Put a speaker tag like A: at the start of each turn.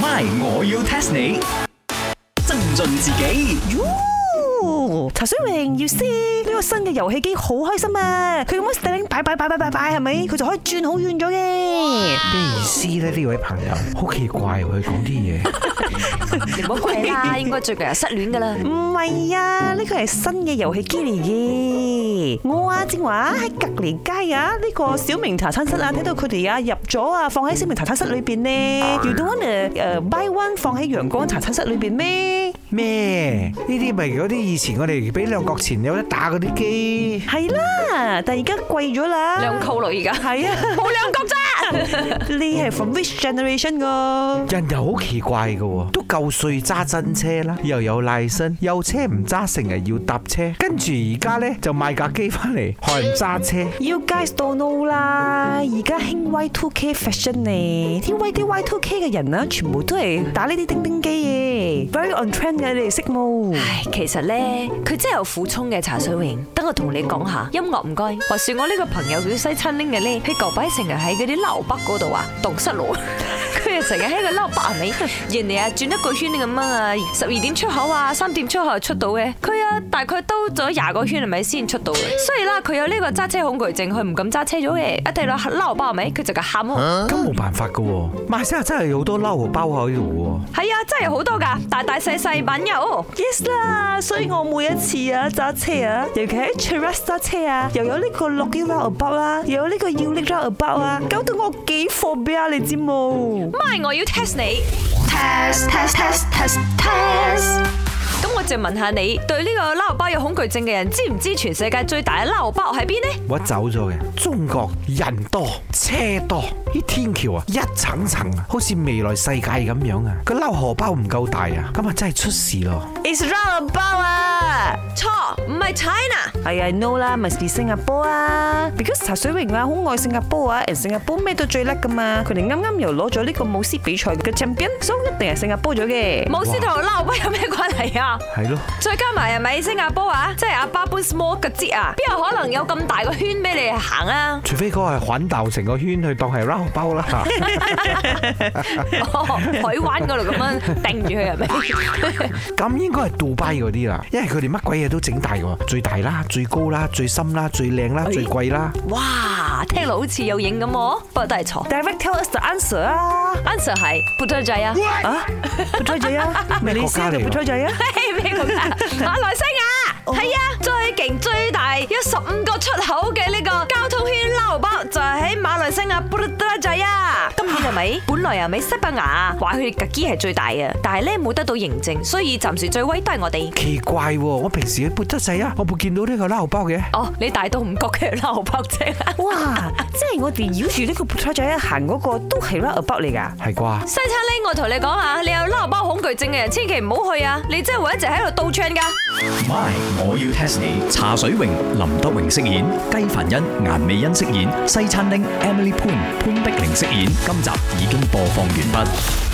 A: My，我要 test 你，增進自己。
B: 喲，茶水榮要先呢個新嘅遊戲機好開心啊！佢咁樣 sling 擺擺擺擺擺擺係咪？佢就可以轉好遠咗嘅。
C: 咩意思咧？呢位朋友好奇怪喎，佢講啲嘢。
D: 你唔好怪啦，應該最近係失戀噶啦。
B: 唔係啊，呢個係新嘅遊戲機嚟嘅。我啊正話喺隔離街啊，呢、個小明茶餐室啊，睇到佢哋啊入咗啊，放喺小明茶餐室裏邊呢。You don't wanna 誒 buy one 放喺陽光茶餐室裏邊咩？
C: 咩？呢啲咪嗰啲以前我哋俾兩角錢有得打嗰啲機，
B: 係啦，但係而家貴咗啦。
D: 兩扣女而家，
B: 係啊，
D: 冇兩角 咋？
B: 你係 from which generation 噶？
C: 人又好奇怪嘅喎，都夠歲揸真車啦，又有賴身，有車唔揸，成日要搭車，跟住而家呢，就買架機翻嚟，害人揸車。
B: You guys don't know 啦，而家興 Y2K fashion 呢，啲 Y 啲 Y2K 嘅人啊，全部都係打呢啲叮叮機嘅，very on trend 嘅，你哋識冇？
D: 唉，其實咧，佢真係有苦衷嘅茶水榮。等我同你講下，音樂唔該。話說我呢個朋友叫西餐拎嘅咧，佢舊擺成日喺嗰啲樓北嗰度啊，蕩失路。 佢又成日喺個樓北係咪？人哋啊轉一個圈咁啊，十二點出口啊，三點出口就出到嘅。佢啊大概兜咗廿個圈係咪先出到嘅？所以啦，佢有呢個揸車恐懼症，佢唔敢揸車咗嘅。一睇到樓北係咪？佢就嘅喊喎。
C: 咁冇辦法嘅喎，馬來西亞真係有好多撈荷包喺度
D: 係啊，真係好多㗎，大大細細品有。
B: Yes 啦，所以我每一次啊揸車啊，尤其喺 Cheras 揸車啊，又有呢個 l o c k y Roundabout 啦，又有呢個 u l i k Roundabout 啊，搞到我幾貨俾啊，你知冇？
D: 咪我要 test 你。
E: test test test test test
D: 咁我就問下你，對呢個撈包有恐懼症嘅人，知唔知全世界最大嘅撈包喺邊呢？
C: 喎，我走咗嘅。中國人多車多，啲天橋啊一層層啊，好似未來世界咁樣啊，個撈荷包唔夠大啊，咁啊真係出事咯。
B: It's Roundabout 啊！
D: 錯，唔係 China。
B: 係啊，no 啦，must be 新加坡啊，because 茶水榮啊，好愛新加坡啊，and ah, 新加坡咩都最叻噶嘛，佢哋啱啱又攞咗呢個舞獅比賽嘅 champion，所以一定係新加坡咗嘅。
D: 冇先同撈包有咩關係啊？
C: 係咯。
D: 再加埋係咪新加坡啊？即係阿巴 a b Small 嘅節啊，邊有可能有咁大個圈俾你行啊？
C: 除非嗰個係環豆成個圈去當係 round 包啦，
D: 哦海灣嗰度咁樣掟住佢係咪？
C: 咁應該係杜拜嗰啲啦，因為佢哋乜鬼嘢都整大喎，最大啦、最高啦、最深啦、最靚啦、最貴啦，
D: 哇，聽落好似有影咁喎，不過都係錯。
B: Direct tell us the answer ah. 啊！
D: answer 係 b u t 仔啊，
B: 啊，不吹仔啊，咪你先嘅不吹仔啊！
D: 嘿咩國家？馬來西亞係啊，最勁最大有十五個出口嘅呢個交通圈撈包就係喺馬來西亞布拉仔啊！今年係咪？本來啊，咪西班牙話佢哋格機係最大嘅，但係咧冇得到認證，所以暫時最威都係我哋。
C: 奇怪喎！我平時去撥得仔啊，我冇見到呢個撈包嘅。
D: 哦，你大到唔覺佢係撈包啫。
B: 哇，即係我哋繞住呢個不吹仔行嗰個都係 roundabout 嚟㗎。
C: 係啩？
D: 西餐呢，我同你講啊，你有撈包恐懼症嘅人，千祈唔好去啊！你真係會一直喺度倒串㗎。
A: My，我要 test 你。茶水榮、林德榮飾演，雞凡欣、顏美欣飾演，西餐廳 Emily Poon 潘碧玲飾演。今集已經播放完畢。